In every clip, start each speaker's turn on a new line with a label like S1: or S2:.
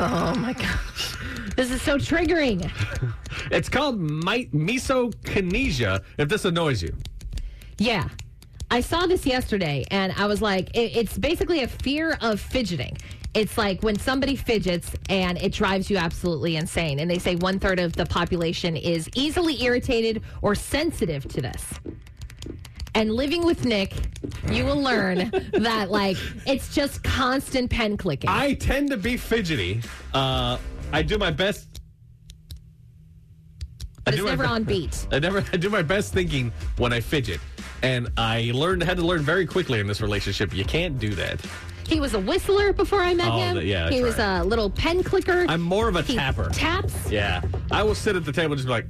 S1: Oh my gosh. This is so triggering.
S2: It's called mi- misokinesia, if this annoys you.
S1: Yeah. I saw this yesterday and I was like, it, it's basically a fear of fidgeting. It's like when somebody fidgets and it drives you absolutely insane. And they say one third of the population is easily irritated or sensitive to this. And living with Nick, you will learn that like it's just constant pen clicking.
S2: I tend to be fidgety. Uh, I do my best.
S1: but it's
S2: do my
S1: never
S2: be-
S1: on beat.
S2: I never. I do my best thinking when I fidget, and I learned had to learn very quickly in this relationship. You can't do that.
S1: He was a whistler before I met
S2: Oh,
S1: him.
S2: th- yeah, that's
S1: he was
S2: right.
S1: a little pen clicker.
S2: I'm more of a
S1: he
S2: tapper.
S1: Taps.
S2: yeah, I will sit at the table and just be like,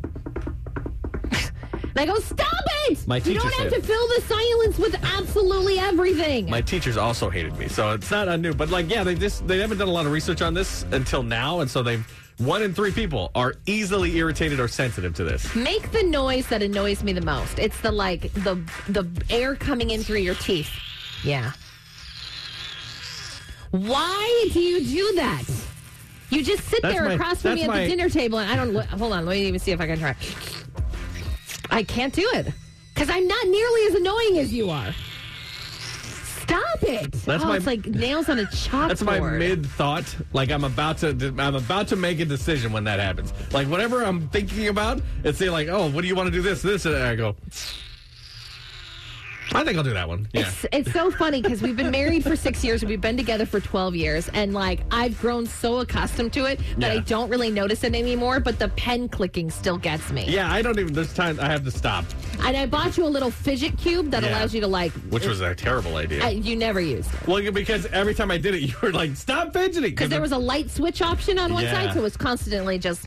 S1: And I go, stop it!
S2: My
S1: you don't
S2: teacher
S1: have
S2: said-
S1: to fill the silence with absolutely everything.
S2: my teachers also hated me, so it's not on new. But like, yeah, they just they haven't done a lot of research on this until now, and so they've one in three people are easily irritated or sensitive to this.
S1: Make the noise that annoys me the most. It's the like the the air coming in through your teeth. Yeah. Why do you do that? You just sit
S2: That's
S1: there
S2: my-
S1: across from me at
S2: that's
S1: the
S2: my-
S1: dinner table, and I don't. Hold on, let me even see if I can try. I can't do it because I'm not nearly as annoying as you are. Stop it!
S2: That's
S1: oh,
S2: my-
S1: it's like nails on a chalkboard.
S2: That's my mid thought. Like I'm about to, I'm about to make a decision when that happens. Like whatever I'm thinking about, it's saying like, oh, what do you want to do? This, this, and I go. I think I'll do that one. Yeah.
S1: It's, it's so funny because we've been married for six years and we've been together for 12 years. And like, I've grown so accustomed to it that I
S2: Yeah.
S1: don't really notice it anymore. But the pen clicking still gets me.
S2: Yeah, I don't even. There's times I have to stop,
S1: And I bought you a little fidget cube that
S2: Yeah.
S1: allows you to like,
S2: which was a terrible idea.
S1: uh, you never used it.
S2: well, because every time I did it, you were like, "Stop fidgeting."
S1: Because there was a light switch option on one
S2: Yeah.
S1: side. So it was constantly just,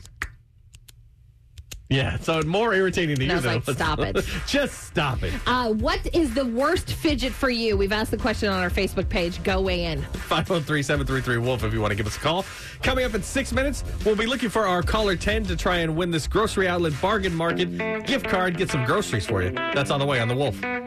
S2: yeah, so it's more irritating to you.
S1: I was
S2: than
S1: like,
S2: was-
S1: "Stop it."
S2: Just stop it.
S1: uh, what is the worst fidget for you? We've asked the question on our Facebook page. Go weigh in.
S2: 503-733-WOLF if you want to give us a call. Coming up in six minutes, we'll be looking for our caller 10 to try and win this grocery outlet bargain market gift card. Get some groceries for you. That's on the way on the Wolf.